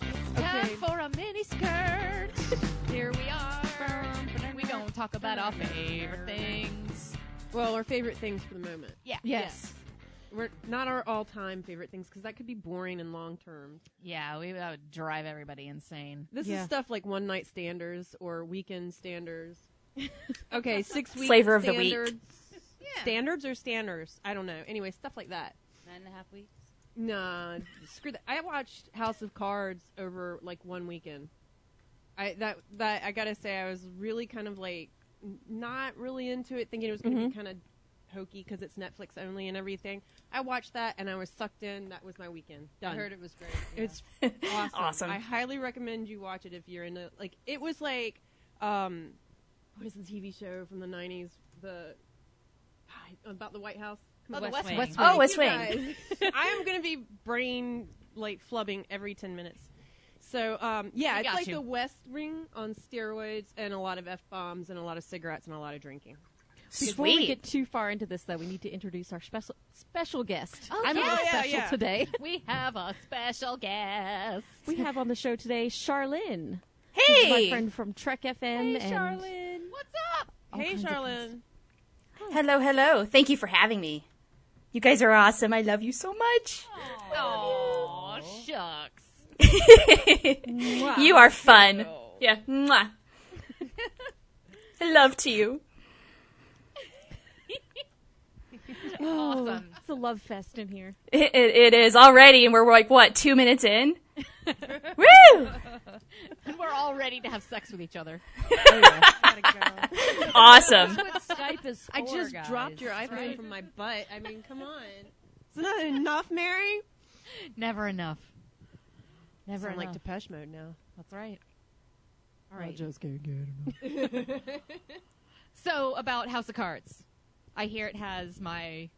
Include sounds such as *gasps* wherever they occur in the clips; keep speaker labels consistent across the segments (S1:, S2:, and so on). S1: time
S2: Jade.
S1: for a mini skirt. Here we are. We gonna talk about our favorite things.
S2: Well, our favorite things for the moment.
S3: Yeah.
S1: Yes.
S2: We're not our all-time favorite things because that could be boring and long-term.
S1: Yeah, we that would drive everybody insane.
S2: This
S3: Yeah.
S2: is stuff like one-night standers or
S3: *laughs*
S2: weekend standers. Okay, six weeks.
S4: Flavor of the week.
S3: Yeah.
S2: Standards or standards? I don't know. Anyway, stuff like that.
S3: Nine and a half weeks.
S2: Nah, screw that. I watched House of Cards over like one weekend. I that that I gotta say I was really kind of like n- not really into it, thinking it was gonna be kind of hokey because it's Netflix only and everything. I watched that and I was sucked in. That was my weekend. Done.
S3: I heard it was great.
S2: It's *laughs* awesome.
S4: Awesome.
S2: I highly recommend you watch it if you're into like it was like um what is the TV show from the 90s the *sighs* about the White House?
S3: Oh, the
S1: West
S3: West
S1: Wing.
S3: Wing.
S4: Oh, West
S2: You
S4: Wing.
S2: guys. I am going to be brain like flubbing every 10 minutes. So, um, yeah,
S1: We
S2: it's
S1: got
S2: like
S1: you.
S2: the West Wing on steroids and a lot of F bombs and a lot of cigarettes and a lot of drinking.
S5: Before we
S4: Sweet.
S5: get too far into this, though, we need to introduce our special special guest.
S1: Oh,
S5: I'm a
S1: yeah,
S5: little
S2: yeah,
S5: special
S2: yeah.
S5: today.
S1: We have a special guest.
S5: We have on the show today Charlene,
S4: Hey.
S5: my friend from Trek FM. and
S1: What's up?
S5: all
S2: Hey,
S5: kinds of
S2: Charlene.
S4: oh, Hello, hello. Thank you for having me. You guys are awesome. I love you so much.
S1: Oh, shucks.
S4: *laughs* You are fun. Yeah. Mwah. I love to you.
S1: Awesome.
S5: Oh, It's a love fest in here.
S4: It, it, it is already, and we're like, what, two minutes in? Woo!
S1: And we're all ready to have sex with each other.
S4: Awesome.
S3: what Skype is
S2: I just dropped your iPhone from my butt. I mean, come on. Isn't that enough, Mary?
S1: Never enough. Never
S2: Sound
S1: enough.
S2: like Depeche Mode now.
S1: That's right. All
S2: right.
S1: just can't get enough. so about House of Cards, I hear it has my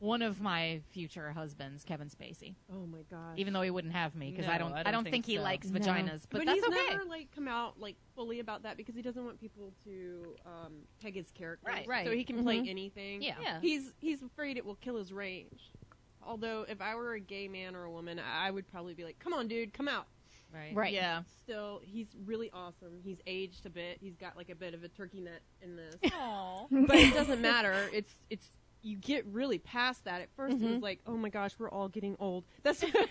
S1: one of my future husbands, Kevin Spacey.
S2: Oh my god.
S1: Even though he wouldn't have me because I
S3: No,
S1: don't,
S3: I
S1: I
S3: don't
S1: don't
S3: think
S1: think he
S3: so.
S1: likes
S5: No.
S1: vaginas, but,
S2: but
S1: that's
S2: he's
S1: okay.
S2: never like come out like fully about that because he doesn't want people to um, peg his character.
S1: Right.
S2: So
S3: Right.
S2: he can
S1: Mm-hmm.
S2: play anything.
S1: Yeah.
S3: Yeah.
S2: He's he's afraid it will kill his range. Although if I were a gay man or a woman, I I would probably be like, "Come on, dude, come out."
S3: Right.
S1: Right. Yeah.
S2: Still, he's really awesome. He's aged a bit. He's got like a bit of a turkey nut in this, but it doesn't matter. It's it's you get really past that. At 1st it
S3: Mm-hmm.
S2: was like, "Oh my gosh, we're all getting old."
S3: *laughs*
S2: That's what I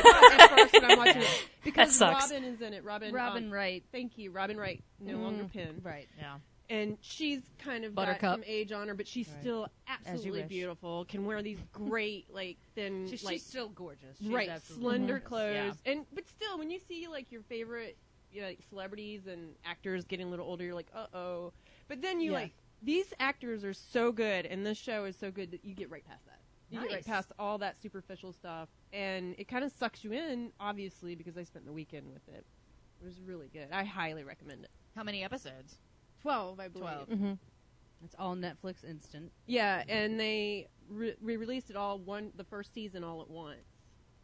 S2: thought at first when I'm watching it because
S4: sucks.
S2: Robin is in it. Robin.
S3: Robin
S2: um,
S3: Wright. Mm.
S2: Thank you, Robin Wright, no longer Pin.
S3: Right.
S1: Yeah.
S2: And she's kind of
S1: Buttercup.
S2: got some age on her, but she's still absolutely
S3: wish.
S2: beautiful. Can wear these great, like thin,
S3: She's,
S2: like
S3: she's still gorgeous. She's
S2: right
S3: absolutely
S2: slender
S3: gorgeous.
S2: clothes. And but still, when you see like your favorite you know, like, celebrities and actors getting a little older, you're like, uh oh. But then you
S3: Yeah.
S2: like these actors are so good, and this show is so good that you get right past that. You get
S1: Nice.
S2: right past all that superficial stuff, and it kind of sucks you in, obviously, because I spent the weekend with it. It was really good. I highly recommend it.
S1: How many episodes?
S2: 12, I believe.
S1: 12.
S6: Mm-hmm.
S3: It's all Netflix instant.
S2: Yeah, and they re- released it all one the first season all at once.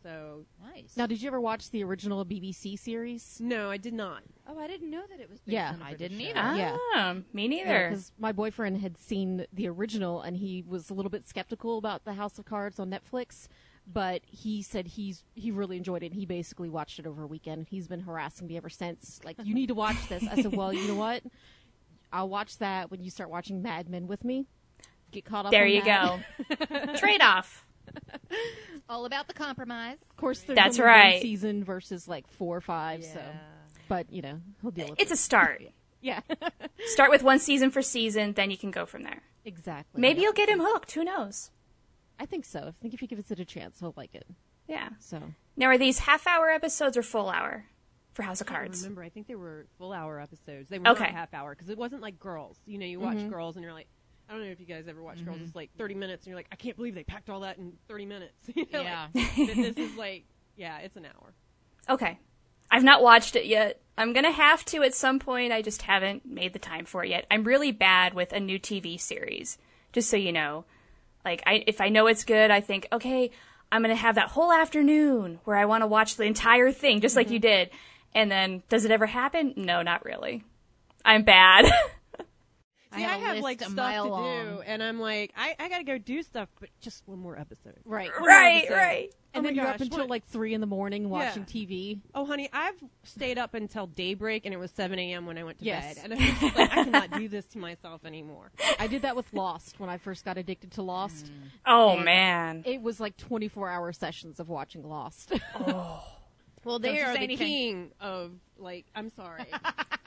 S2: So
S3: Nice.
S5: Now, did you ever watch the original BBC series?
S2: no, I did not.
S3: oh, I didn't know that it was. Based
S5: Yeah.
S3: on a
S1: I
S3: British
S1: didn't
S3: show.
S1: either.
S4: Ah,
S5: Yeah.
S4: me neither.
S5: Because my boyfriend had seen the original and he was a little bit skeptical about the House of Cards on Netflix, but he said he's he really enjoyed it. and He basically watched it over a weekend. and He's been harassing me ever since. Like, you need to watch this. I said, well, you know what? I'll watch that when you start watching Mad Men with me. Get caught up.
S4: there
S5: on
S4: you
S5: that.
S4: *laughs* go. Trade off.
S1: All about the compromise.
S5: Of course, there's
S4: That's
S5: only one
S4: right.
S5: season versus like four or five. So, but you know, he'll *laughs* deal with
S4: It's
S5: it.
S4: a start.
S5: *laughs* yeah, *laughs*
S4: Start with one season for season, then you can go from there.
S5: exactly.
S4: Maybe
S5: Yeah.
S4: you'll get him hooked. Who knows?
S5: I think so. I think if he gives it a chance, he'll like it.
S4: Yeah.
S5: So.
S4: Now, are these half hour episodes or full hour for House of
S2: I don't
S4: Cards?
S2: remember, I think they were full hour episodes. They were
S4: Okay.
S2: not half hour because it wasn't like Girls. You know, you watch
S1: Mm-hmm.
S2: Girls and you're like, I don't know if you guys ever watch Girls. It's like 30 minutes and you're like, I can't believe they packed all that in 30 minutes. *laughs* You know, like,
S1: Yeah.
S2: but this is like, yeah, it's an
S1: *laughs*
S2: hour.
S4: Okay. I've not watched it yet. I'm going to have to at some point. I just haven't made the time for it yet. I'm really bad with a new TV series, just so you know. Like I if I know it's good, I think, "Okay, I'm going to have that whole afternoon where I want to watch the entire thing just
S5: Mm-hmm.
S4: like you did."
S5: *laughs*
S4: And then does it ever happen? No, not really. I'm bad.
S2: See, I have,
S1: a list
S2: like
S1: a
S2: stuff
S1: mile
S2: to do,
S1: long.
S2: and I'm like, I, I gotta go do stuff, but just one more episode.
S5: Right.
S4: Right, right.
S2: Oh
S5: And
S2: my
S5: then you're up
S2: gosh,
S5: until
S2: what-
S5: like three in the morning watching
S2: Yeah.
S5: TV.
S2: Oh, honey, I've stayed up until daybreak, and it was 7 a.m. when I went to
S5: Yes.
S2: bed, and I'm just like, I cannot do this to myself anymore.
S5: I did that with Lost when I first got addicted to Lost.
S2: Mm.
S4: Oh man.
S5: It was like 24 hour sessions of watching
S2: *laughs*
S5: Lost.
S2: Well, they
S1: Don't you
S2: are
S1: say
S2: the
S1: anything.
S2: king of like. I'm *laughs* sorry,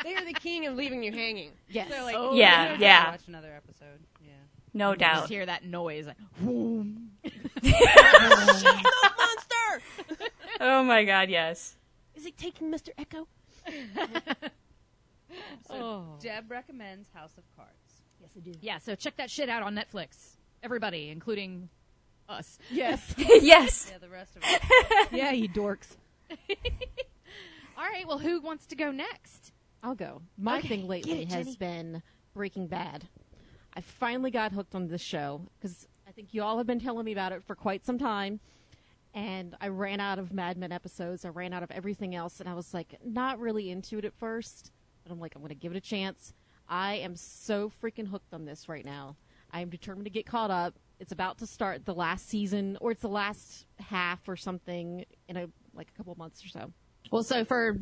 S2: they are the king of leaving you hanging.
S5: Yes.
S2: So, like,
S1: Oh,
S4: Yeah, yeah.
S3: Watch another episode. Yeah.
S4: No
S1: Just
S4: doubt.
S1: hear that noise. Like,
S3: *laughs*
S2: monster.
S4: Oh my god,
S5: *laughs*
S4: yes. *laughs*
S2: Is it taking Mr. Echo?
S3: So
S6: Oh.
S2: Oh.
S3: Deb recommends House of Cards. Yes, I do.
S1: yeah, so check that shit out on Netflix. Everybody, including us.
S2: *laughs*
S5: yes.
S4: yes.
S3: Yeah, the rest of it.
S5: yeah, you dorks.
S1: All right, well, who wants to go next?
S5: I'll go. My
S1: Okay,
S5: thing lately
S1: get it,
S5: has
S1: Jenny.
S5: been Breaking Bad. I finally got hooked on this show because I think you all have been telling me about it for quite some time. And I ran out of Mad Men episodes. I ran out of everything else. And I was like, not really into it at first. But I'm like, I'm going to give it a chance. I am so freaking hooked on this right now. I am determined to get caught up. It's about to start the last season, or it's the last half or something in a like a couple months or so.
S1: Well, so for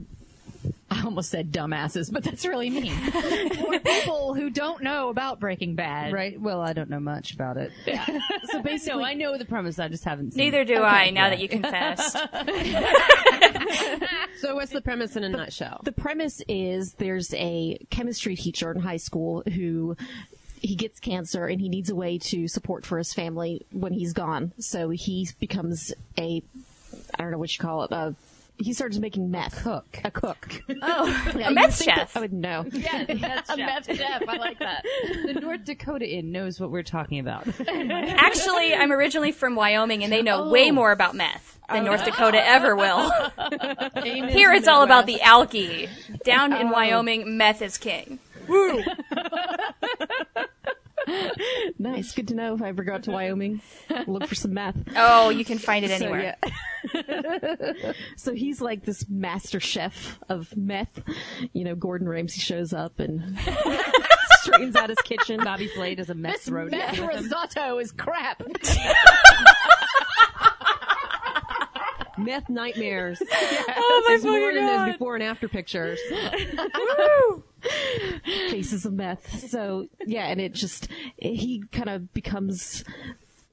S1: I almost said dumbasses, but that's really
S6: *laughs*
S1: mean. for people who don't know about Breaking Bad,
S6: Right. Well, I don't know *laughs* much about it. *laughs* so basically, I know the premise. I just haven't seen.
S4: Neither
S6: it.
S4: do I now that you
S5: *laughs*
S4: confessed.
S2: So what's the premise in a nutshell?
S5: the premise is there's a chemistry teacher in high school who he gets cancer and he needs a way to support for his family when he's gone. So he becomes a I don't know what you call it. Uh, he starts making meth. cook. A cook.
S4: Oh,
S5: Yeah,
S4: a
S5: you
S4: meth
S5: think that
S4: chef.
S5: I would
S4: *laughs*
S5: know.
S6: a meth chef. I like that. the North Dakota Inn knows what we're talking about.
S4: Actually, I'm originally from Wyoming, and they know way more about meth than North Dakota ever *laughs* will. Here, it's all about the Oh. alky. Down in Wyoming, meth is king.
S5: Nice. Good to know if I ever go out to Wyoming. Look for some meth.
S4: Oh, you can find it anywhere.
S5: *laughs* So he's like this master chef of meth. You know, Gordon Ramsay shows up and *laughs* straightens out his kitchen.
S6: Bobby Flay does a meth throat.
S1: Meth risotto is crap.
S2: Meth
S5: *laughs*
S2: nightmares.
S4: Oh my
S2: There's more in those before and after pictures.
S5: faces of meth. So yeah, and it just he kind of becomes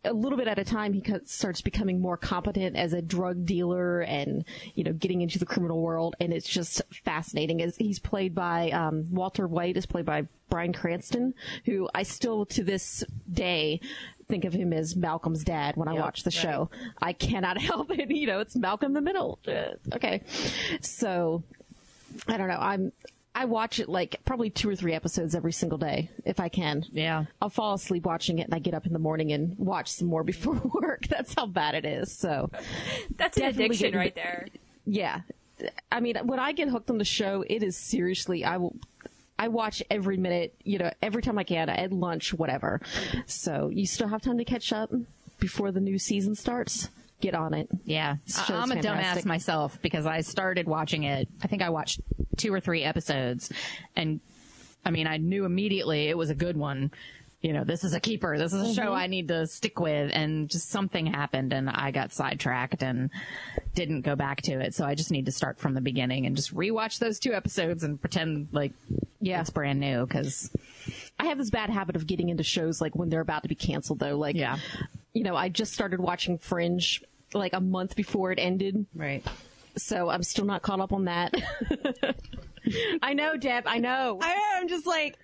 S5: a little bit at a time. He co- starts becoming more competent as a drug dealer and you know getting into the criminal world, and it's just fascinating. As he's played by um, Walter White is played by Brian Cranston, who I still to this day think of him as Malcolm's dad when I watch the show. I cannot *laughs* help it. You know, it's Malcolm in the Middle. Uh, Okay, so I don't know. I'm I watch it like probably two or three episodes every single day if I can.
S6: Yeah.
S5: I'll fall asleep watching it and I get up in the morning and watch some more *laughs* before work. That's how bad it is. So,
S4: *laughs* That's an
S5: Definitely
S4: addiction
S5: getting-
S4: right there.
S5: yeah. I mean, when I get hooked on the show, it is seriously I will I watch every minute, you know, every time I can at lunch, whatever. So, you still have time to catch up before the new season starts. Get on it.
S1: Yeah,
S5: Show's
S1: I- I'm a
S5: fantastic.
S1: dumbass myself because I started watching it. I think I watched two or three episodes, and I mean, I knew immediately it was a good one. You know, this is a keeper. This is a
S5: Mm-hmm.
S1: show I need to stick with, and just something happened, and I got sidetracked and didn't go back to it. So I just need to start from the beginning and just rewatch those two episodes and pretend like yeah, it's brand new because
S5: I have this bad habit of getting into shows like when they're about to be canceled though. Like
S1: yeah,
S5: you know, I just started watching Fringe like a month before it ended,
S6: Right.
S5: so I'm still not caught up on that. *laughs* I know, Deb. I know.
S2: I, I'm just like,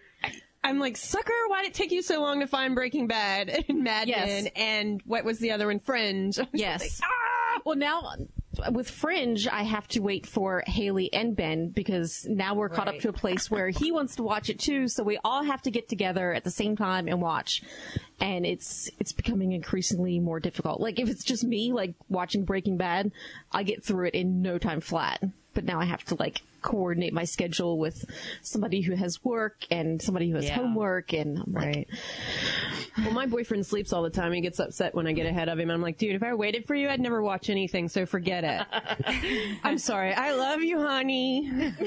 S2: I'm like, sucker, why'd it take you so long to find Breaking Bad and Mad
S5: Yes.
S2: Men and what was the other one, Fringe? *laughs* I'm just like,
S5: yes. Well, now uh, with Fringe, I have to wait for Haley and Ben because now we're caught up to a place where he wants to watch it too. So we all have to get together at the same time and watch. And it's it's becoming increasingly more difficult. Like if it's just me, like watching Breaking Bad, I get through it in no time flat. But now I have to like coordinate my schedule with somebody who has work and somebody who has homework, and I'm like,
S6: Right.
S2: Well, my boyfriend sleeps all the time. He gets upset when I get ahead of him. I'm like, dude, if I waited for you, I'd never watch anything, so forget it.
S6: *laughs*
S2: I'm sorry. I love you, honey.
S1: get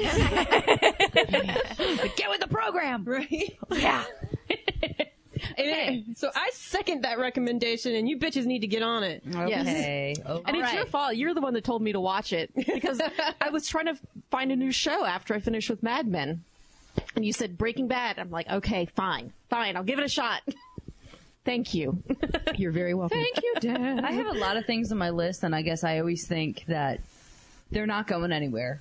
S1: with the program.
S2: Right?
S6: *laughs*
S4: Yeah.
S2: Hey, so I second that recommendation, and you bitches need to get on it.
S6: Okay.
S5: And it's your fault. You're the one that told me to watch it
S1: *laughs*
S5: because I was trying to find a new show after I finished with Mad Men. And you said Breaking Bad. I'm like, okay, fine, fine. I'll give it a shot. Thank you.
S1: *laughs* You're very welcome.
S6: Thank you, Dad. I have a lot of things on my list, and I guess I always think that they're not going anywhere.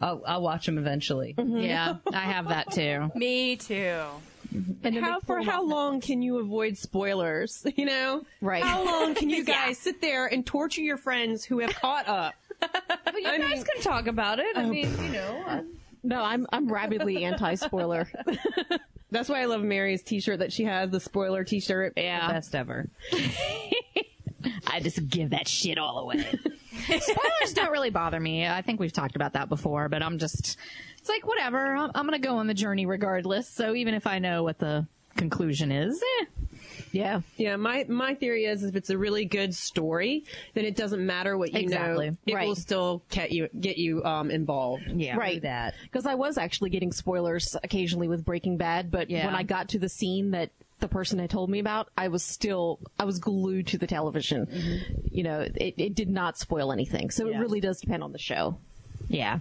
S6: I'll, I'll watch them eventually.
S3: Mm-hmm.
S1: Yeah, I have that too.
S4: Me too.
S2: how for how long can you avoid spoilers? *laughs* You know,
S5: Right.
S2: How long can
S6: *laughs*
S2: you guys sit there and torture your friends who have caught up?
S6: But you guys can talk about it. I mean, you know, I'm-
S5: No, I'm I'm rabidly anti spoiler.
S2: That's why I love Mary's T-shirt that she has, the spoiler T-shirt.
S1: Yeah.
S6: best ever.
S1: *laughs* I just give that shit all away. *laughs* Spoilers don't really bother me. I think we've talked about that before, but I'm just, it's like, whatever. I'm, I'm going to go on the journey regardless. So even if I know what the conclusion is, eh.
S5: Yeah.
S2: Yeah, my my theory is if it's a really good story, then it doesn't matter what you
S1: Exactly.
S2: know, it
S5: Right.
S2: will still get you get you um, involved.
S1: Yeah.
S5: Right.
S6: that.
S5: Because I was actually getting spoilers occasionally with Breaking Bad, but
S1: Yeah.
S5: when I got to the scene that the person had told me about, I was still I was glued to the television.
S1: Mm-hmm.
S5: You know, it, it did not spoil anything. So it really does depend on the show.
S1: Yeah.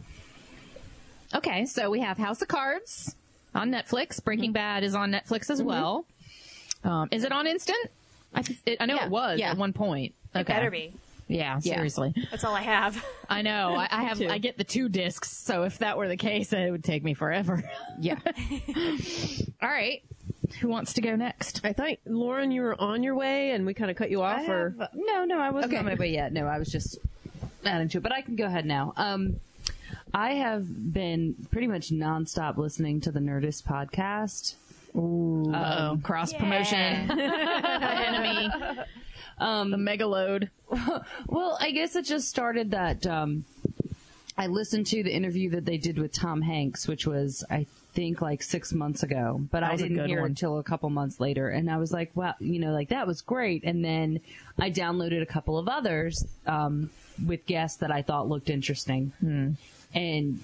S1: Okay, so we have House of Cards on Netflix. Breaking Bad is on Netflix as well. Um, is it on instant? I, th- it, I know
S5: Yeah,
S1: it was
S5: yeah.
S1: at one point. Okay.
S4: Better be.
S1: Yeah, seriously.
S4: That's all I have.
S1: I know. I, I have. I get the two discs. So if that were the case, it would take me forever.
S5: Yeah.
S1: *laughs* All right. Who wants to go next?
S2: I thought Lauren, you were on your way, and we kind of cut you off.
S6: I
S2: or
S6: have- no, no, I wasn't on my way yet. No, I was just adding to it, but I can go ahead now. Um, I have been pretty much nonstop listening to the Nerdist podcast.
S1: Oh, cross promotion. *laughs* enemy. Um, the megaload.
S6: Well, I guess it just started that um, I listened to the interview that they did with Tom Hanks, which was I think like six months ago, but I
S1: was a
S6: didn't
S1: good
S6: hear it
S1: one.
S6: until a couple months later, and I was like, wow, you know, like that was great. And then I downloaded a couple of others um, with guests that I thought looked interesting,
S1: Hmm.
S6: and.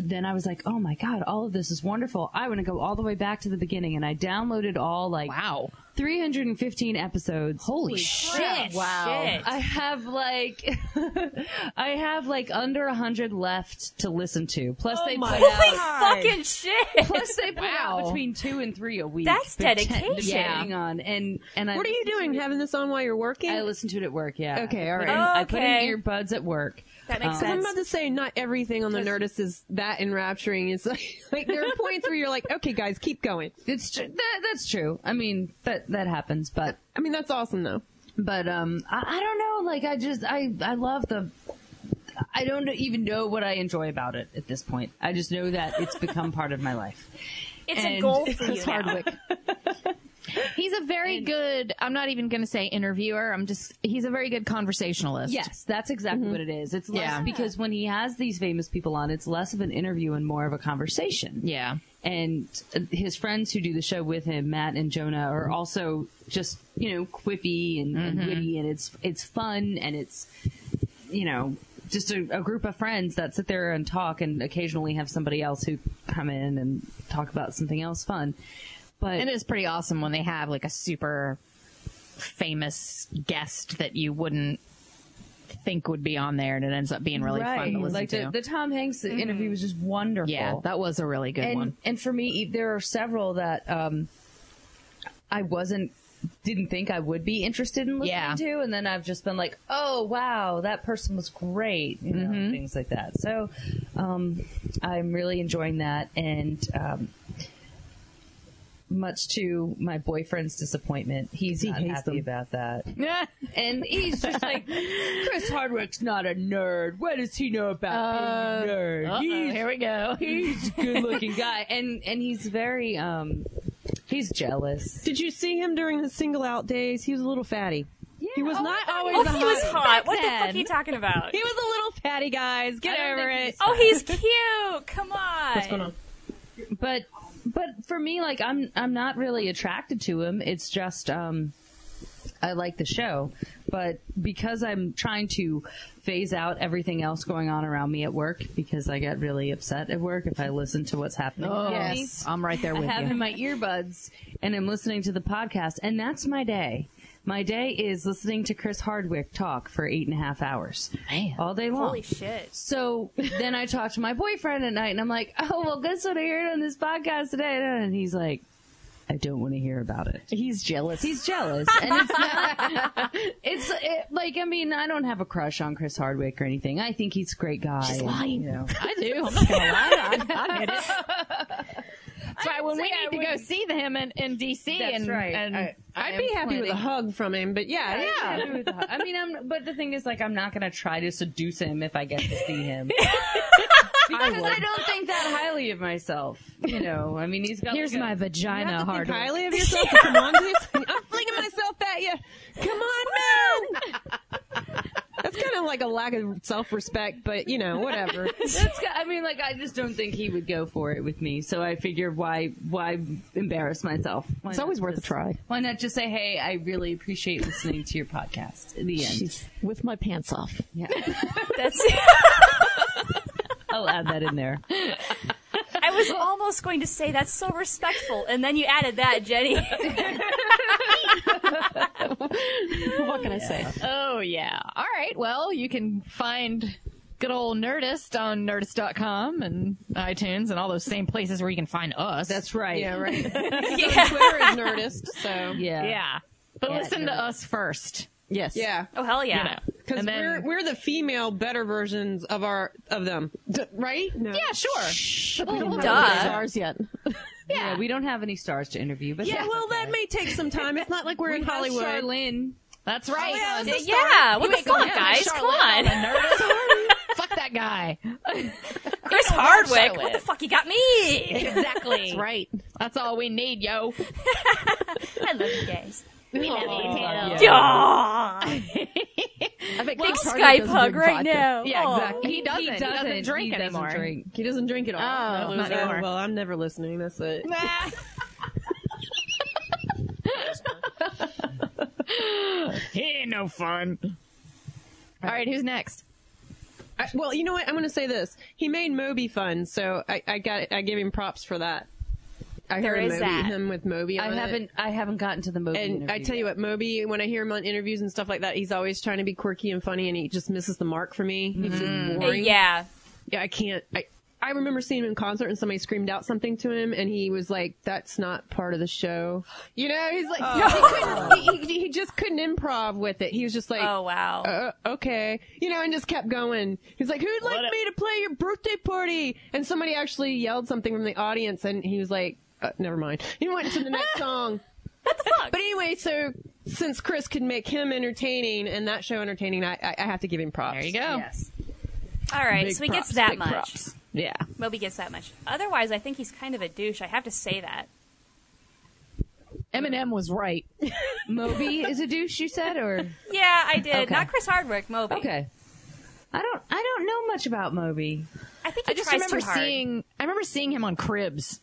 S6: Then I was like, "Oh my god, all of this is wonderful! I want to go all the way back to the beginning." And I downloaded all like
S1: Wow.
S6: 315 episodes. Holy
S4: Shit. Wow.
S6: I have like, *laughs* I have like under a hundred left to listen to. Plus they put
S4: Holy
S6: out,
S4: fucking shit.
S6: Oh *laughs* plus they put out
S1: Wow.
S6: between two and three a week.
S4: That's
S6: Depend-
S4: dedication.
S6: Depending on and and I,
S2: what are you doing? Having this on while you're working?
S6: I listen to it at work. Yeah.
S2: Okay, all
S6: I put
S2: right.
S6: in- I put
S4: Okay.
S6: in earbuds at work.
S4: That makes
S2: I'm
S4: sense.
S2: about to say not everything on the Nerdist is that enrapturing. It's like, *laughs* like there are points where you're like, okay, guys, keep going.
S6: It's tr- that, that's true. I mean that that happens, but
S2: I mean, that's awesome though.
S6: but um I, I don't know like i just i i love the i don't even know what i enjoy about it at this point i just know that it's become part of my life
S4: It's a
S6: And
S4: goal for you now. Oh,
S1: He's a very good. I'm not even going to say interviewer. I'm just. He's a very good conversationalist.
S6: yes that's exactly what it is it's less
S1: Yeah.
S6: because when he has these famous people on it's less of an interview and more of a conversation
S1: Yeah.
S6: and uh, his friends who do the show with him, Matt and Jonah, are also just you know quippy and, and witty, and it's it's fun and it's you know just a, a group of friends that sit there and talk, and occasionally have somebody else who come in and talk about something else fun. But
S1: And it is pretty awesome when they have like a super famous guest that you wouldn't think would be on there and it ends up being really fun to listen
S6: like
S1: to.
S6: the, the Tom Hanks interview was just wonderful.
S1: yeah, that was a really good
S6: and, *laughs*
S1: one.
S6: And for me, e, there are several that um, I wasn't didn't think I would be interested in listening
S1: Yeah.
S6: to, and then I've just been like, oh wow, that person was great, you know, things like that. So um, I'm really enjoying that, and. Um, much to my boyfriend's disappointment, he's not
S2: hates
S6: happy
S2: them.
S6: about that. *laughs* And he's just like, Chris Hardwick's not a nerd. What does he know about being a nerd? He's-
S1: here we go.
S6: he's a good looking guy *laughs* and and he's very um he's jealous
S2: Did you see him during the single out days? He was a little fatty. he was not always.
S4: Oh,
S2: a
S4: he was hot. What the fuck
S6: then.
S4: are you talking about?
S2: He was a little fatty, guys. Get over it.
S4: Oh, he's cute. Come on. What's
S2: going on?
S6: but but for me like i'm i'm not really attracted to him it's just um I like the show, but because I'm trying to phase out everything else going on around me at work, because I get really upset at work if I listen to what's happening.
S1: Oh,
S6: around me.
S1: yes. I'm right there
S6: I
S1: with
S6: have
S1: you.
S6: in my earbuds and I'm listening to the podcast, and that's my day. My day is listening to Chris Hardwick talk for eight and a half hours,
S1: Man.
S6: all day long.
S4: Holy shit.
S6: So then I talk to my boyfriend at night, and I'm like, "Oh well, guess what I heard on this podcast today?" And he's like, "I don't want to hear about it."
S1: He's jealous.
S6: He's jealous, and it's not. *laughs* It's it, like I mean, I don't have a crush on Chris Hardwick or anything. I think he's a great guy. She's
S1: lying.
S6: You know.
S1: I do. I'm not gonna lie. I, I admit it. *laughs* That's why when we
S6: say
S1: need
S6: I
S1: to go see him in, in DC,
S6: That's
S1: and,
S6: right.
S1: and
S6: I-
S2: I'd be happy with a hug from him, but yeah,
S6: Yeah. I mean, I'm. But the thing is, like, I'm not gonna try to seduce him if I get to
S1: *laughs*
S6: see him. Because I, don't think that highly of myself, you know. I mean, he's got.
S1: here's
S6: like a-
S1: my
S2: You
S1: vagina
S2: have to
S1: hard.
S2: think highly of yourself. to Come on, to this- *laughs* I'm flinging myself at you. Come on, man. That's kind of like a lack of self-respect, but you know, whatever.
S6: That's. got- I mean, like, I just don't think he would go for it with me. So I figure, why, why embarrass myself? Why
S1: It's
S6: not
S1: always worth a
S6: just-
S1: try.
S6: Why not just say, "Hey, I really appreciate listening to your podcast." At the end, *laughs*
S5: She's with my pants off. *laughs*
S4: That's *laughs*
S6: I'll add that in there.
S4: I was almost going to say that's so respectful, and then you added that, Jenny.
S5: what can I say?
S1: Oh yeah. All right. Well, you can find good old Nerdist on Nerdist.com and iTunes and all those same places where you can find us.
S6: That's right.
S2: Yeah, right. *laughs*
S4: yeah.
S2: Twitter is Nerdist, so
S6: Yeah.
S1: yeah. But
S6: Yeah,
S1: listen to
S6: you're right.
S1: us first.
S6: Yes.
S2: yeah.
S4: *laughs* Oh hell yeah.
S1: You know.
S2: Because
S1: And then-
S2: we're we're the female better versions of our of them, D- right? No.
S1: yeah, sure.
S4: Duh.
S5: Stars yet?
S6: Yeah, We don't have any stars to interview, but
S2: Yeah, well, that may take some time. It's not like we're in Hollywood.
S6: Charlene.
S1: That's right.
S2: yeah, it's
S4: Yeah, what the fuck, guys? Come on.
S1: Fuck that guy.
S4: Chris Hardwick. What the fuck? You got me.
S1: Exactly. *laughs* That's right. That's all we need, yo.
S4: *laughs* I love you guys.
S1: We love you
S4: Yeah.
S1: I think
S4: Big
S1: Chris Hardwick
S4: Skype
S1: doesn't
S4: hug
S1: do
S4: right
S1: vodka.
S4: now.
S1: Yeah,
S4: Oh.
S1: exactly. He doesn't. He doesn't, drink
S6: he
S1: anymore.
S6: Doesn't drink.
S2: He doesn't drink at all.
S1: Oh, not
S2: That was-
S1: anymore.
S2: well, I'm never listening. That's it. *laughs*
S1: he ain't no fun. All right, who's next?
S2: I, well, you know what? I'm going to say this. He made Moby fun, so I, I got I give him props for that. I
S4: There
S2: heard
S4: is
S2: Moby,
S4: that.
S2: him with Moby.
S6: I
S2: on it.
S6: haven't. I haven't gotten to the movie.
S2: And
S6: interview
S2: I tell you
S6: yet.
S2: what, Moby, when I hear him on interviews and stuff like that, he's always trying to be quirky and funny, and he just misses the mark for me. He's
S6: Mm-hmm.
S2: just boring.
S4: Yeah.
S2: Yeah, I can't. I I remember seeing him in concert, and somebody screamed out something to him, and he was like, "That's not part of the show." You know, he's like,
S1: Oh.
S2: he, couldn't- he- he- he just couldn't improv with it. He was just like,
S4: Oh wow.
S2: uh, okay. You know, and just kept going. He's like, who'd like me to play your birthday party? And somebody actually yelled something from the audience and he was like, uh, never mind. He went to
S1: *laughs*
S2: the next song. But anyway, so since Chris could make him entertaining and that show entertaining, I, I, I have to give him props.
S1: There you go.
S4: All right.
S2: Big
S4: so he
S2: props,
S4: gets that
S2: big
S4: much.
S2: props.
S1: Yeah.
S4: Moby gets that much. Otherwise, I think he's kind of a douche. I have to say that.
S1: Eminem was right.
S6: *laughs* Moby is a douche. You said, or
S4: Yeah, I did.
S6: Okay.
S4: Not Chris Hardwick. Moby.
S6: okay. I don't. I don't know much about Moby.
S4: I think he
S1: I just
S4: tries
S1: remember
S4: too hard.
S1: seeing. I remember seing him on Cribs.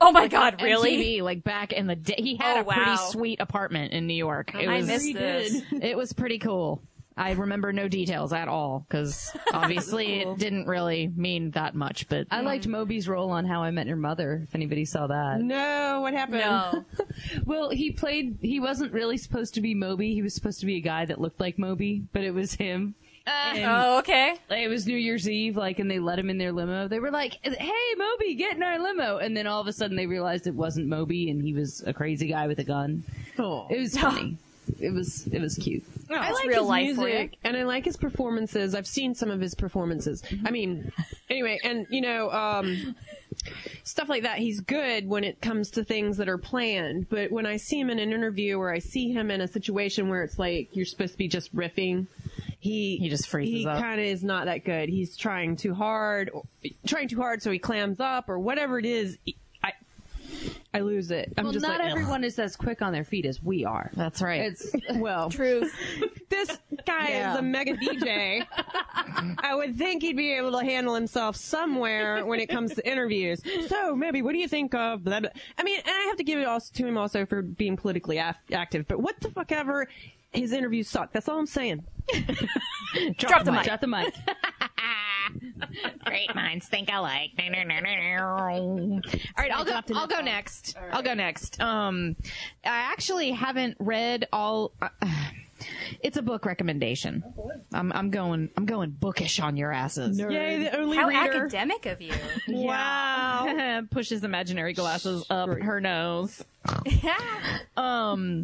S4: oh my god,
S1: on
S4: really?
S1: MTV, like back in the day, he had
S4: Oh,
S1: a pretty
S4: wow.
S1: sweet apartment in New York. It
S4: I
S1: was,
S4: missed this.
S1: It was pretty cool. I remember no details at all
S4: *laughs*
S1: because obviously it didn't really mean that much. But
S6: I liked Moby's role on How I Met Your Mother. If anybody saw that,
S2: No, what happened?
S4: No.
S6: well, he played. He wasn't really supposed to be Moby. He was supposed to be a guy that looked like Moby, but it was him.
S4: oh, okay.
S6: It was New Year's Eve, like, and they let him in their limo. They were like, "Hey, Moby, get in our limo!" And then all of a sudden, they realized it wasn't Moby, and he was a crazy guy with a gun.
S2: Oh.
S6: It was *laughs* funny. it was it was cute.
S2: I
S4: It's
S2: like
S4: real
S2: his
S4: life for
S2: music and I like his performances. I've seen some of his performances. I mean, anyway, and you know, um, stuff like that. He's good when it comes to things that are planned, but when I see him in an interview or I see him in a situation where it's like you're supposed to be just riffing, he
S1: He just freezes
S2: He
S1: up.
S2: kind of is not that good. He's trying too hard, or, trying too hard, so he clams up or whatever it is. I
S7: I lose it. I'm
S6: well,
S7: just
S6: not
S7: like,
S6: everyone is as quick on their feet as we are.
S1: That's right.
S6: It's
S7: well,
S4: Truth.
S7: *laughs* this guy is a mega DJ. I would think he'd be able to handle himself somewhere when it comes to interviews. So maybe, what do you think of? Blah, blah. I mean, and I have to give it also to him also for being politically af- active. But what the fuck ever, his interviews suck. That's all I'm saying.
S4: Drop the mic.
S6: Drop the mic.
S1: *laughs* Great minds think alike. All right, I'll go. I'll go next. I'll go next. Um, I actually haven't read all. *sighs* Uh, it's a book recommendation. I'm, I'm going. I'm going bookish on your asses.
S7: Yay, the only
S4: How
S7: reader.
S4: academic of you.
S7: Wow.
S1: *laughs* Pushes imaginary glasses up her nose.
S4: *laughs* yeah.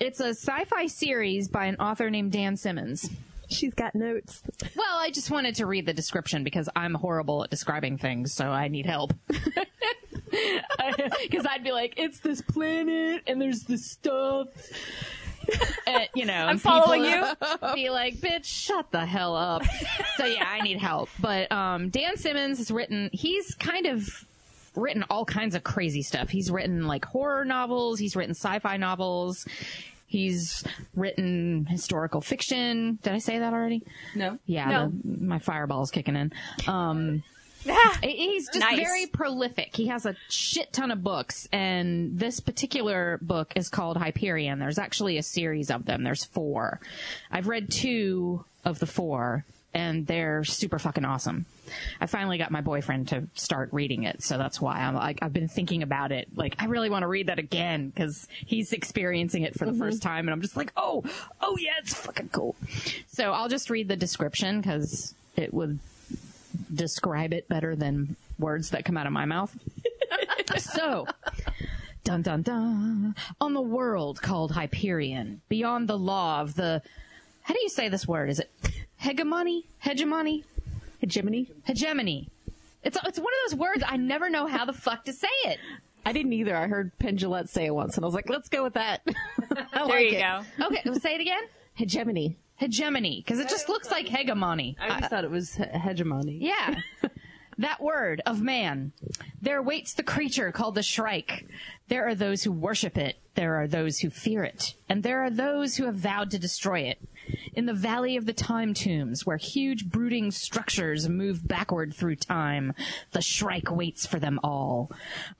S1: It's a sci-fi series by an author named Dan Simmons.
S7: She's got notes.
S1: Well, I just wanted to read the description because I'm horrible at describing things, so I need help. *laughs* Because I'd be like, it's this planet and there's this stuff. And, Uh, you know,
S4: I'm following you.
S1: *laughs* Be like, bitch, shut the hell up. so yeah, I need help. But um, Dan Simmons has written. He's kind of written all kinds of crazy stuff. He's written like horror novels. He's written sci-fi novels. He's written historical fiction. Did I say that already?
S6: No.
S1: Yeah,
S4: No.
S1: the- my fireball's kicking in. Um, he- he's just
S4: Nice.
S1: very prolific. He has a shit ton of books, and this particular book is called Hyperion. There's actually a series of them. There's four. I've read two of the four, and they're super fucking awesome. I finally got my boyfriend to start reading it, so that's why I'm like I've been thinking about it. Like I really want to read that again because he's experiencing it for the first time, and I'm just like, oh, oh yeah, it's fucking cool. So I'll just read the description because it would describe it better than words that come out of my *laughs* mouth. so, dun dun dun, on the world called Hyperion, beyond the law of the. How do you say this word? Is it hegemony? Hegemony?
S6: Hegemony.
S1: Hegemony. It's it's one of those words I never know how the fuck to say it.
S5: I didn't either. I heard Penn Jillette say it once, and I was like, let's go with that. *laughs* I
S4: There
S5: like
S4: you
S5: it.
S4: go.
S1: Okay, say it again.
S5: Hegemony.
S1: Hegemony, because it just looks like hegemony.
S6: I always thought it was he- hegemony.
S1: Yeah. that word of man. There waits the creature called the Shrike. There are those who worship it. There are those who fear it. And there are those who have vowed to destroy it. In the valley of the time tombs, where huge brooding structures move backward through time, the Shrike waits for them all.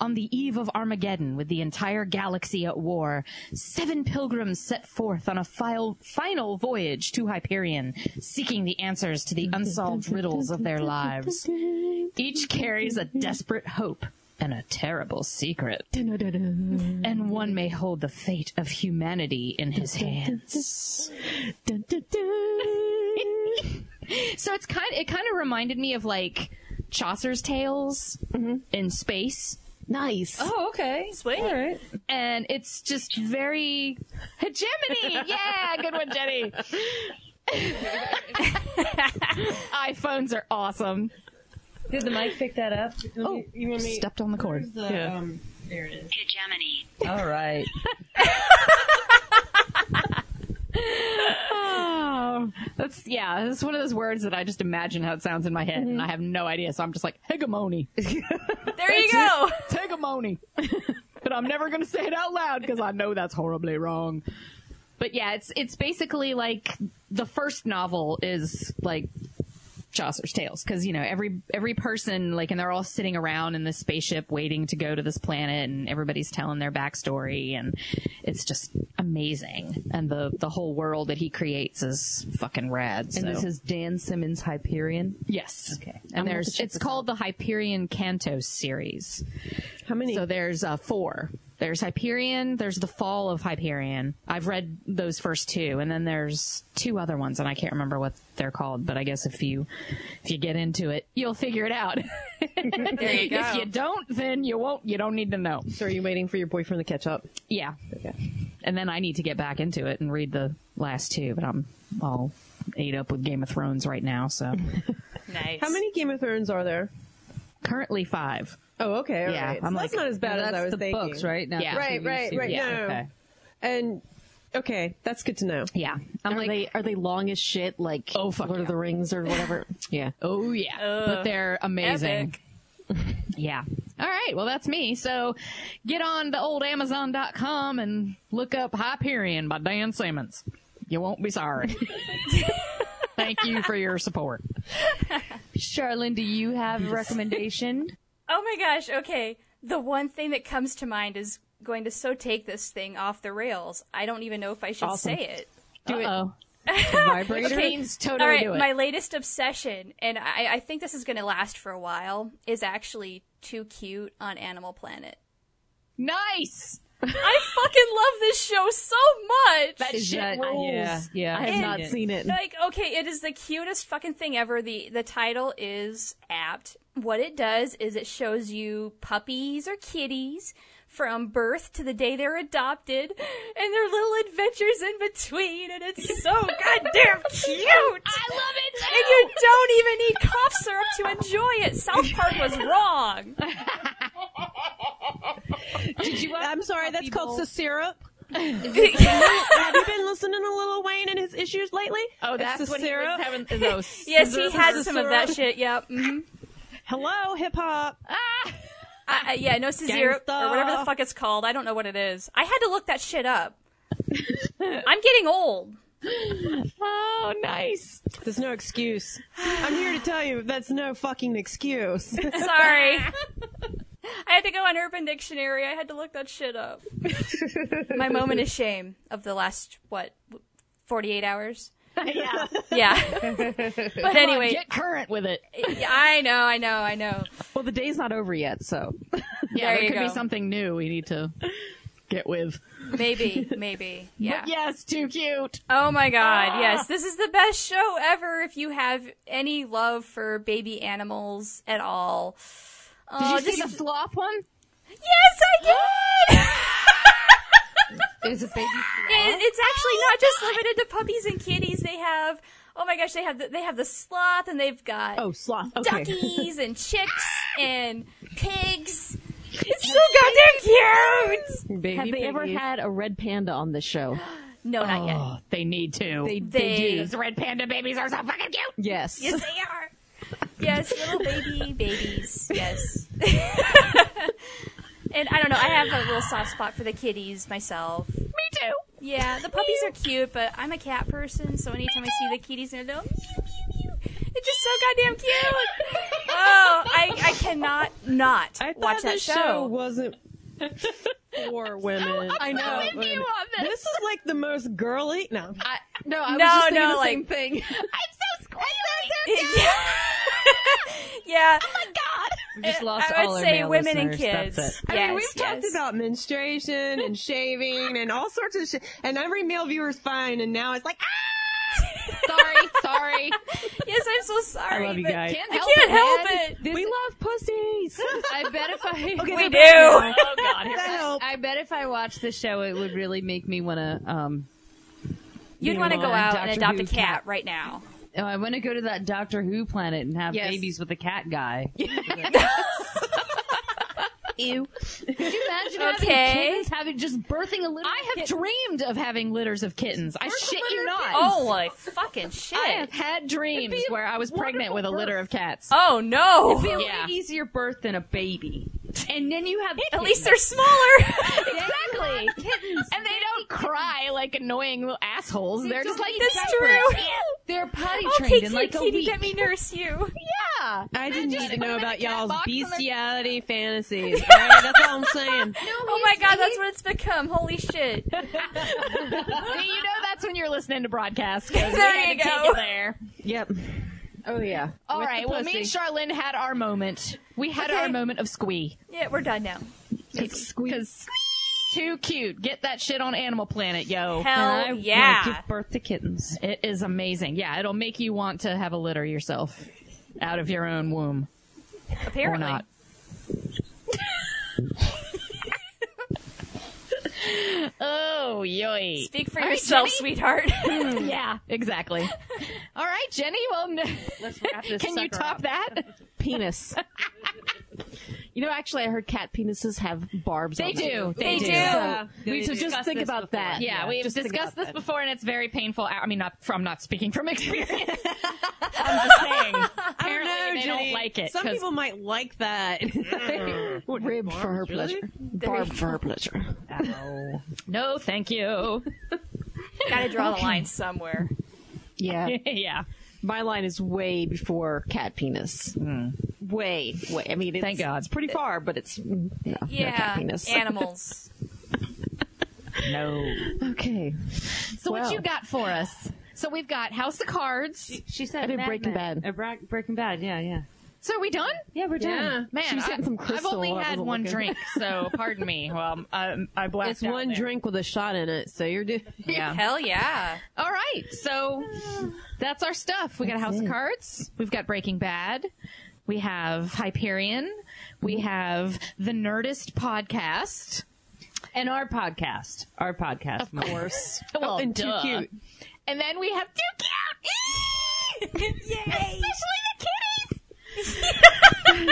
S1: On the eve of Armageddon, with the entire galaxy at war, seven pilgrims set forth on a file, final voyage to Hyperion, seeking the answers to the unsolved riddles of their lives. Each carries a desperate hope and a terrible secret. And one may hold the fate of humanity in his hands. *laughs* so it's kind it kind of reminded me of like Chaucer's tales in space.
S5: Nice.
S6: Oh, okay.
S4: Sweet.
S1: And it's just very hegemony. Yeah, good one, Jenny. *laughs* iPhones are awesome.
S6: Did the mic pick that up?
S1: Oh,
S7: You want me?
S1: stepped on the cord.
S7: Yeah.
S6: Um, there it is. Hegemony. All right.
S1: Oh, That's yeah. It's one of those words that I just imagine how it sounds in my head,
S6: Mm-hmm.
S1: and I have no idea. So I'm just like hegemony,
S4: There you go.
S1: it's *laughs* hegemony. but I'm never gonna say it out loud because I know that's horribly wrong. But yeah, it's it's basically like the first novel is like Chaucer's tales because you know every every person like and they're all sitting around in this spaceship waiting to go to this planet and everybody's telling their backstory and it's just amazing and the the whole world that he creates is fucking rad. so.
S6: And this is Dan Simmons Hyperion.
S1: Yes.
S6: Okay. I'm
S1: And
S6: gonna have
S1: there's
S6: to check
S1: it's
S6: this
S1: called the Hyperion Cantos series.
S7: How many?
S1: So there's uh, four. There's Hyperion. There's the Fall of Hyperion. I've read those first two, and then there's two other ones, and I can't remember what they're called. But I guess if you if you get into it, you'll figure it out.
S4: There you
S1: *laughs* if you
S4: go.
S1: don't, then you won't. You don't need to know.
S7: so are you waiting for your boyfriend to catch up?
S1: Yeah. And then I need to get back into it and read the last two, but I'm all ate up with Game of Thrones right now. So
S4: Nice.
S7: How many Game of Thrones are there?
S1: currently five.
S7: Oh, okay. all
S1: Yeah,
S7: right.
S1: I'm
S7: So that's
S1: like-
S7: not as bad
S6: Well,
S7: as I
S6: that's
S7: was
S6: the
S7: thinking.
S6: books, right? Not
S1: Yeah.
S6: the
S7: Right,
S6: TV
S7: right, right.
S6: series.
S1: Yeah.
S7: No.
S6: Okay.
S7: And okay, that's good to know.
S1: Yeah. I'm
S5: are
S1: like
S5: they are they long as shit? Like
S1: Oh, fuck
S5: Lord
S1: yeah.
S5: of
S2: *laughs*
S5: the Rings or whatever. yeah.
S1: Oh yeah, but they're amazing.
S4: Epic.
S1: Yeah, All right. Well, that's me. So get on the old Amazon.com and look up Hyperion by Dan Simmons. You won't be *laughs* sorry. Thank you for your support.
S6: Charlene, do you have a recommendation?
S4: Oh my gosh, okay. The one thing that comes to mind is going to so take this thing off the rails. I don't even know if I should
S1: Awesome.
S4: say it.
S1: Do Uh-oh.
S6: Vibrator.
S1: Chains totally
S4: All right,
S1: do it.
S4: my latest obsession, and I, I think this is going to last for a while, is actually Too Cute on Animal Planet.
S1: nice.
S4: I fucking love this show so much!
S1: That
S6: Is
S1: shit
S6: that-
S1: rules.
S6: yeah, yeah.
S5: I have not seen
S4: *laughs*
S5: it.
S4: like okay it is the cutest fucking thing ever the the title is apt what it does is it shows you puppies or kitties from birth to the day they're adopted and their little adventures in between and it's so goddamn cute i love it too. and you don't even need cough syrup to enjoy it south park was *laughs* wrong
S7: I'm sorry, that's called
S6: Bowl?
S7: Syrup. *laughs* Have you been listening to Lil Wayne and his issues lately?
S1: Oh,
S7: It's
S1: that's
S7: the
S1: what he
S7: syrup.
S1: was having. *laughs* Those
S4: *laughs* yes he had some of that shit yep mhm.
S7: Hello, hip hop.
S4: I, I, yeah, no Cesaro
S7: Gangsta.
S4: or whatever the fuck it's called. I don't know what it is. I had to look that shit up. *laughs* I'm getting old.
S1: Oh, nice.
S7: There's no excuse. I'm here to tell you that's no fucking excuse.
S1: *laughs*
S4: Sorry. I had to go on Urban Dictionary. I had to look that shit up. My moment of shame of the last what 48 hours.
S1: Yeah. *laughs*
S4: Yeah. but anyway,
S1: Get current with it.
S4: yeah, I know, I know, I know.
S6: well, the day's not over yet, so
S1: Yeah,
S4: There
S1: there
S4: you
S1: could be
S4: go.
S1: something new we need to get with.
S4: Maybe,
S1: *laughs*
S4: maybe. Yeah.
S1: But yes, too cute.
S4: Oh my god, yes. This is the best show ever if you have any love for baby animals at all.
S1: Did
S4: Oh,
S1: you see
S4: just-
S1: the sloth one?
S4: Yes, I did!
S6: there's a baby.
S4: It- it's actually not just limited to puppies and kitties. They have, oh my gosh, they have the, they have the sloth and they've got
S7: Oh, sloth. Okay.
S4: duckies and chicks and pigs. It's so goddamn cute!
S7: Baby
S5: Have they ever
S7: piggy.
S5: had a red panda on this show?
S4: No, not yet.
S1: Oh, they need to.
S7: They,
S4: They,
S7: they do.
S1: These red panda babies are so fucking cute.
S7: Yes.
S4: yes, they are. Yes, little baby babies. Yes. and I don't know. I have a little soft spot for the kitties myself.
S1: Me too.
S4: Yeah, the puppies are cute, but I'm a cat person, so anytime I see the kitties in a little meow, meow, meow, it's just so goddamn cute. Oh, I, I cannot not
S7: I thought
S4: watch that
S7: this
S4: show.
S7: show. wasn't for women. I know.
S1: on this.
S7: This is like the most girly. No.
S1: I, no, I was
S4: No,
S1: just thinking
S4: no,
S1: the
S4: like-
S1: same thing. I'm so squirrely.
S4: *laughs* yeah. yeah.
S6: We just lost
S4: I
S6: all
S4: would
S6: our
S4: say
S6: male
S4: women and
S6: listeners.
S4: kids.
S6: That's it.
S7: I mean, we've
S4: Yes,
S7: talked
S4: *laughs* yes.
S7: about menstruation and shaving and all sorts of shit, and every male viewer's fine, and now it's like, ah!
S1: Sorry, sorry.
S4: Yes, I'm so sorry.
S6: love you
S4: but
S6: guys.
S1: Can't
S4: I
S1: help
S4: can't help
S1: man.
S4: it.
S7: we love pussies.
S6: I
S1: *laughs*
S6: bet if I
S4: *laughs* We do.
S1: Oh god. here-
S7: Help.
S6: I bet if I watched the show, it would really make me want to. Um,
S4: You'd
S6: You
S4: want to go
S6: want
S4: out
S6: Doctor
S4: and adopt
S6: Who
S4: a cat, right now.
S6: oh, I want to go to that Doctor Who planet and have
S1: Yes.
S6: babies with a cat guy. Ew.
S1: Could you imagine having
S4: Okay.
S1: kittens having just birthing a litter? I have dreamed of having litters of kittens. I shit you not.
S4: Oh, like *laughs* fucking shit.
S1: I have had dreams where I was pregnant with a litter of cats.
S4: Oh no.
S6: Be a way
S1: Yeah.
S6: easier birth than a baby, and then you have
S4: *laughs* At least they're *laughs* smaller.
S1: Exactly. And they don't cry like annoying little assholes. They're just like
S4: That's
S1: this
S4: true.
S6: they're potty
S4: Okay,
S6: trained in
S4: cute
S6: like a
S4: kitty,
S6: week.
S4: let me nurse *laughs* you. Oh,
S1: Yeah.
S7: I didn't
S1: just
S7: even
S1: put
S7: know
S1: them in a
S7: about
S1: cat
S7: y'all's
S1: box and then-
S7: bestiality fantasies. All right, that's all I'm saying.
S4: Oh my god, that's what it's become. Holy shit.
S1: See, you know that's when you're listening to broadcast. 'cause we
S4: There
S1: had
S4: you
S1: to
S4: go.
S1: Take it there.
S7: Yep.
S6: Oh yeah.
S1: All right. Well, me and Charlene had our moment. We had
S4: Okay.
S1: our moment of squee.
S4: Yeah, we're done now.
S1: Because too cute. Get that shit on Animal Planet, yo.
S4: Hell
S6: And I wanna
S4: yeah.
S6: give birth to kittens.
S1: It is amazing. Yeah, it'll make you want to have a litter yourself out of your own womb or *laughs*
S4: Apparently.
S1: not. oh, yoy.
S4: Speak for yourself, sweetheart.
S1: Yeah, exactly. All right, Jenny. Well, *laughs* n-
S6: Let's wrap this
S1: can you
S6: sucker
S1: top
S6: up.
S1: that?
S5: Penis. You know, actually, I heard cat penises have barbs.
S1: They
S5: on them.
S1: do.
S6: They
S1: They
S6: do.
S1: do.
S5: So,
S6: We
S5: we should just
S6: discussed
S5: think
S6: this
S5: about
S6: before.
S5: that.
S1: Yeah, we've
S5: just think
S1: discussed
S5: about
S1: this before, and it's very painful. I I mean, not from not speaking from *laughs* experience.
S6: I'm just saying.
S1: Apparently,
S7: No,
S1: they don't
S7: Jenny,
S1: like it.
S7: Some
S1: 'cause-
S7: people might like that.
S5: that. *laughs* Rib for her pleasure. Barb for her pleasure.
S1: no, thank you.
S4: *laughs*
S1: *laughs*
S4: Gotta draw the line somewhere.
S5: Yeah.
S1: yeah,
S5: My line is way before cat penis.
S7: Hmm.
S5: Way, way. I mean, it's,
S1: Thank God.
S5: It's pretty far, but it's no, no cat
S4: Yeah,
S5: penis. *laughs*
S4: animals.
S1: no.
S5: okay.
S1: So
S5: Wow.
S1: what you got for us? So we've got House of Cards.
S6: She said
S5: I did
S6: Mad
S5: Breaking
S6: Men.
S5: Bad.
S6: Uh, Bra- Breaking Bad, yeah, yeah.
S1: So are we done?
S6: Yeah, we're done.
S1: Man,
S5: She was
S1: I,
S5: getting some
S1: I've
S5: Crystal
S1: only
S5: while I
S1: had
S5: wasn't
S1: one
S5: looking.
S1: drink, so pardon me.
S6: Um,
S1: Well,
S6: uh,
S1: I, I blacked
S7: It's
S1: out
S7: one
S1: there.
S7: drink with a shot in it, so you're doing.
S1: Yeah.
S4: Hell *laughs* yeah.
S1: All right. So that's our stuff. We got House of Cards. We've got Breaking Bad. We have Hyperion. We have the Nerdist podcast.
S6: And our podcast. Our podcast. Of course.
S1: Oh,
S4: Oh,
S1: Well,
S7: and Too
S1: duh.
S7: Cute.
S1: And then we have Too Cute. Yay! *laughs* Especially the kitties.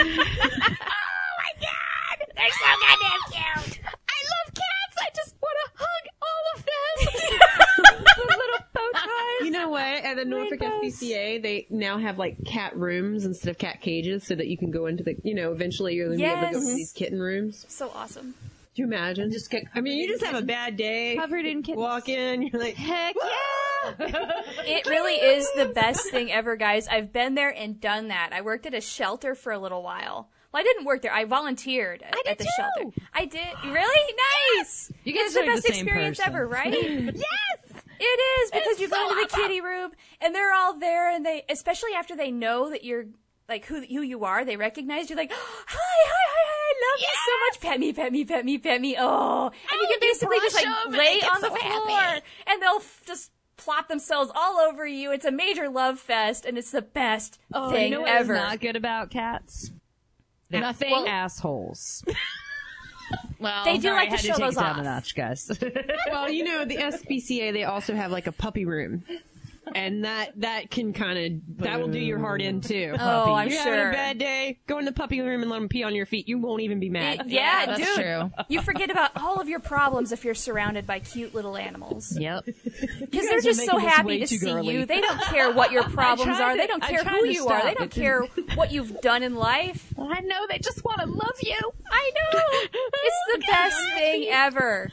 S4: *laughs*
S1: oh my god! They're so goddamn cute. I love cats. I just want to hug all of
S4: *laughs*
S1: them. the little bow ties.
S7: You know what? At the Norfolk SPCA, they now have like cat rooms instead of cat cages, so that you can go into the. You know, eventually you're going to be able to go
S4: Yes.
S7: into these kitten rooms.
S4: So awesome.
S7: Do you imagine? Just get. I mean, you just have a bad day.
S6: Covered in kittens.
S7: Walk in, you're like,
S1: Heck yeah!
S4: It really is the best thing ever, guys. I've been there and done that. I worked at a shelter for a little while. Well, I didn't work there. I volunteered at, at the shelter. I did. Really? Nice.
S6: You guys
S4: it's the
S6: are the
S4: best
S6: same
S4: experience
S6: person.
S4: ever,
S6: *laughs*
S4: right?
S1: Yes!
S4: It is because
S1: It's
S4: you go
S1: so
S4: into the
S1: awesome.
S4: kitty room and they're all there, and they, especially after they know that you're like who who you are, they recognize you. Like, *gasps* hi, hi, hi, hi! I love you so much. Pet me, pet me, pet me, pet me. Oh, and you can
S1: you
S4: basically just
S1: brush
S4: like
S1: 'em and
S4: lay
S1: they get
S4: on the
S1: so
S4: floor,
S1: happy.
S4: and they'll f- just plop themselves all over you. It's a major love fest, and it's the best
S1: Oh,
S6: you
S4: thing
S6: know what's
S4: ever.
S6: not good about cats?
S1: Nothing.
S6: Well, assholes.
S1: Well,
S4: They do
S1: sorry, I
S4: like to
S1: had
S4: show
S1: take
S4: those
S1: it down
S4: off.
S1: a notch, guys.
S7: well, you know, the SPCA they also have like a puppy room, and that that can kind of that will do your heart in too.
S4: oh, I'm
S7: you're having
S4: sure.
S7: a bad day. Go in the puppy room and let them pee on your feet. You won't even be
S4: Y-
S7: mad.
S4: yeah,
S1: that's
S4: dude.
S1: true.
S4: You forget about all of your problems if you're surrounded by cute little animals.
S1: yep.
S4: Because they're just so
S6: making this way
S4: happy to
S6: too
S4: see
S6: girly.
S4: you. They don't
S6: *laughs*
S4: care what your problems
S6: tried
S4: are. They
S6: to-
S4: don't
S6: I
S4: care
S6: tried
S4: who
S6: to
S4: you are. They
S6: stop,
S4: don't
S6: it
S4: care
S6: didn't-
S4: what you've done in
S6: *laughs*
S4: life.
S1: I know they just want to love you.
S4: I know. *laughs* It's the best thing ever.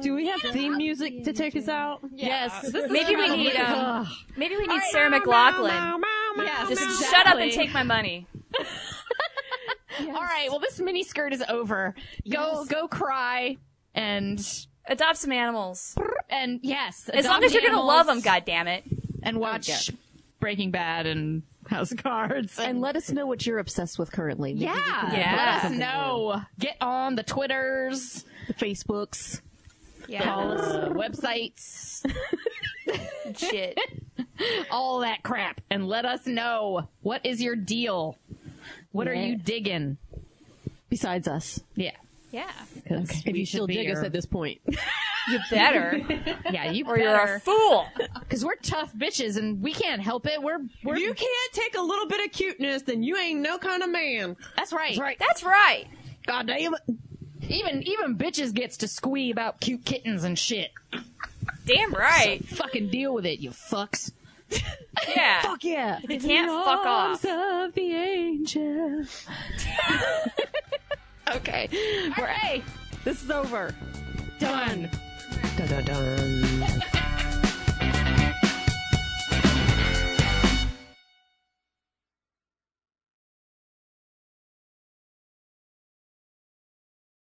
S7: Do we have theme music to take us out?
S1: Yes. This is
S4: Maybe we need um, maybe we need Sarah McLaughlin.
S7: Yeah,
S4: Just shut up and take my money.
S1: All right. Well, this mini skirt is over. Go, go cry, and
S4: Adopt some animals.
S1: and yes,
S4: As long
S1: adopt
S4: as you're gonna
S1: animals
S4: love them, God damn it.
S1: and watch Breaking Bad and House of Cards.
S5: And let us know what you're obsessed with currently. Maybe
S1: yeah,
S4: Yeah.
S1: Let us know. Get on the Twitters,
S5: the Facebooks.
S4: Yeah.
S1: all the websites,
S4: Shit.
S1: all that crap, and let us know what is your deal. What are
S5: Yeah.
S1: you digging?
S5: Besides us.
S1: Yeah.
S4: Yeah.
S7: If
S1: We
S7: you still
S1: should be
S7: dig us
S1: your-
S7: at this point,
S4: You better. *laughs*
S1: Yeah, you
S4: Or you're a
S1: better,
S4: fool.
S1: because we're tough bitches and we can't help it. We're we're
S7: you can't take a little bit of cuteness, then you ain't no kind of man.
S1: that's right. That's right.
S4: That's right.
S7: God damn it.
S1: Even even bitches gets to squee about cute kittens and shit.
S4: Damn right.
S1: Fucking deal with it, you fucks.
S4: Yeah.
S5: Fuck yeah.
S4: You can't fuck off.
S5: Of the angel.
S1: Okay. All right.
S7: This is over.
S1: Done.
S7: Dun, dun, dun.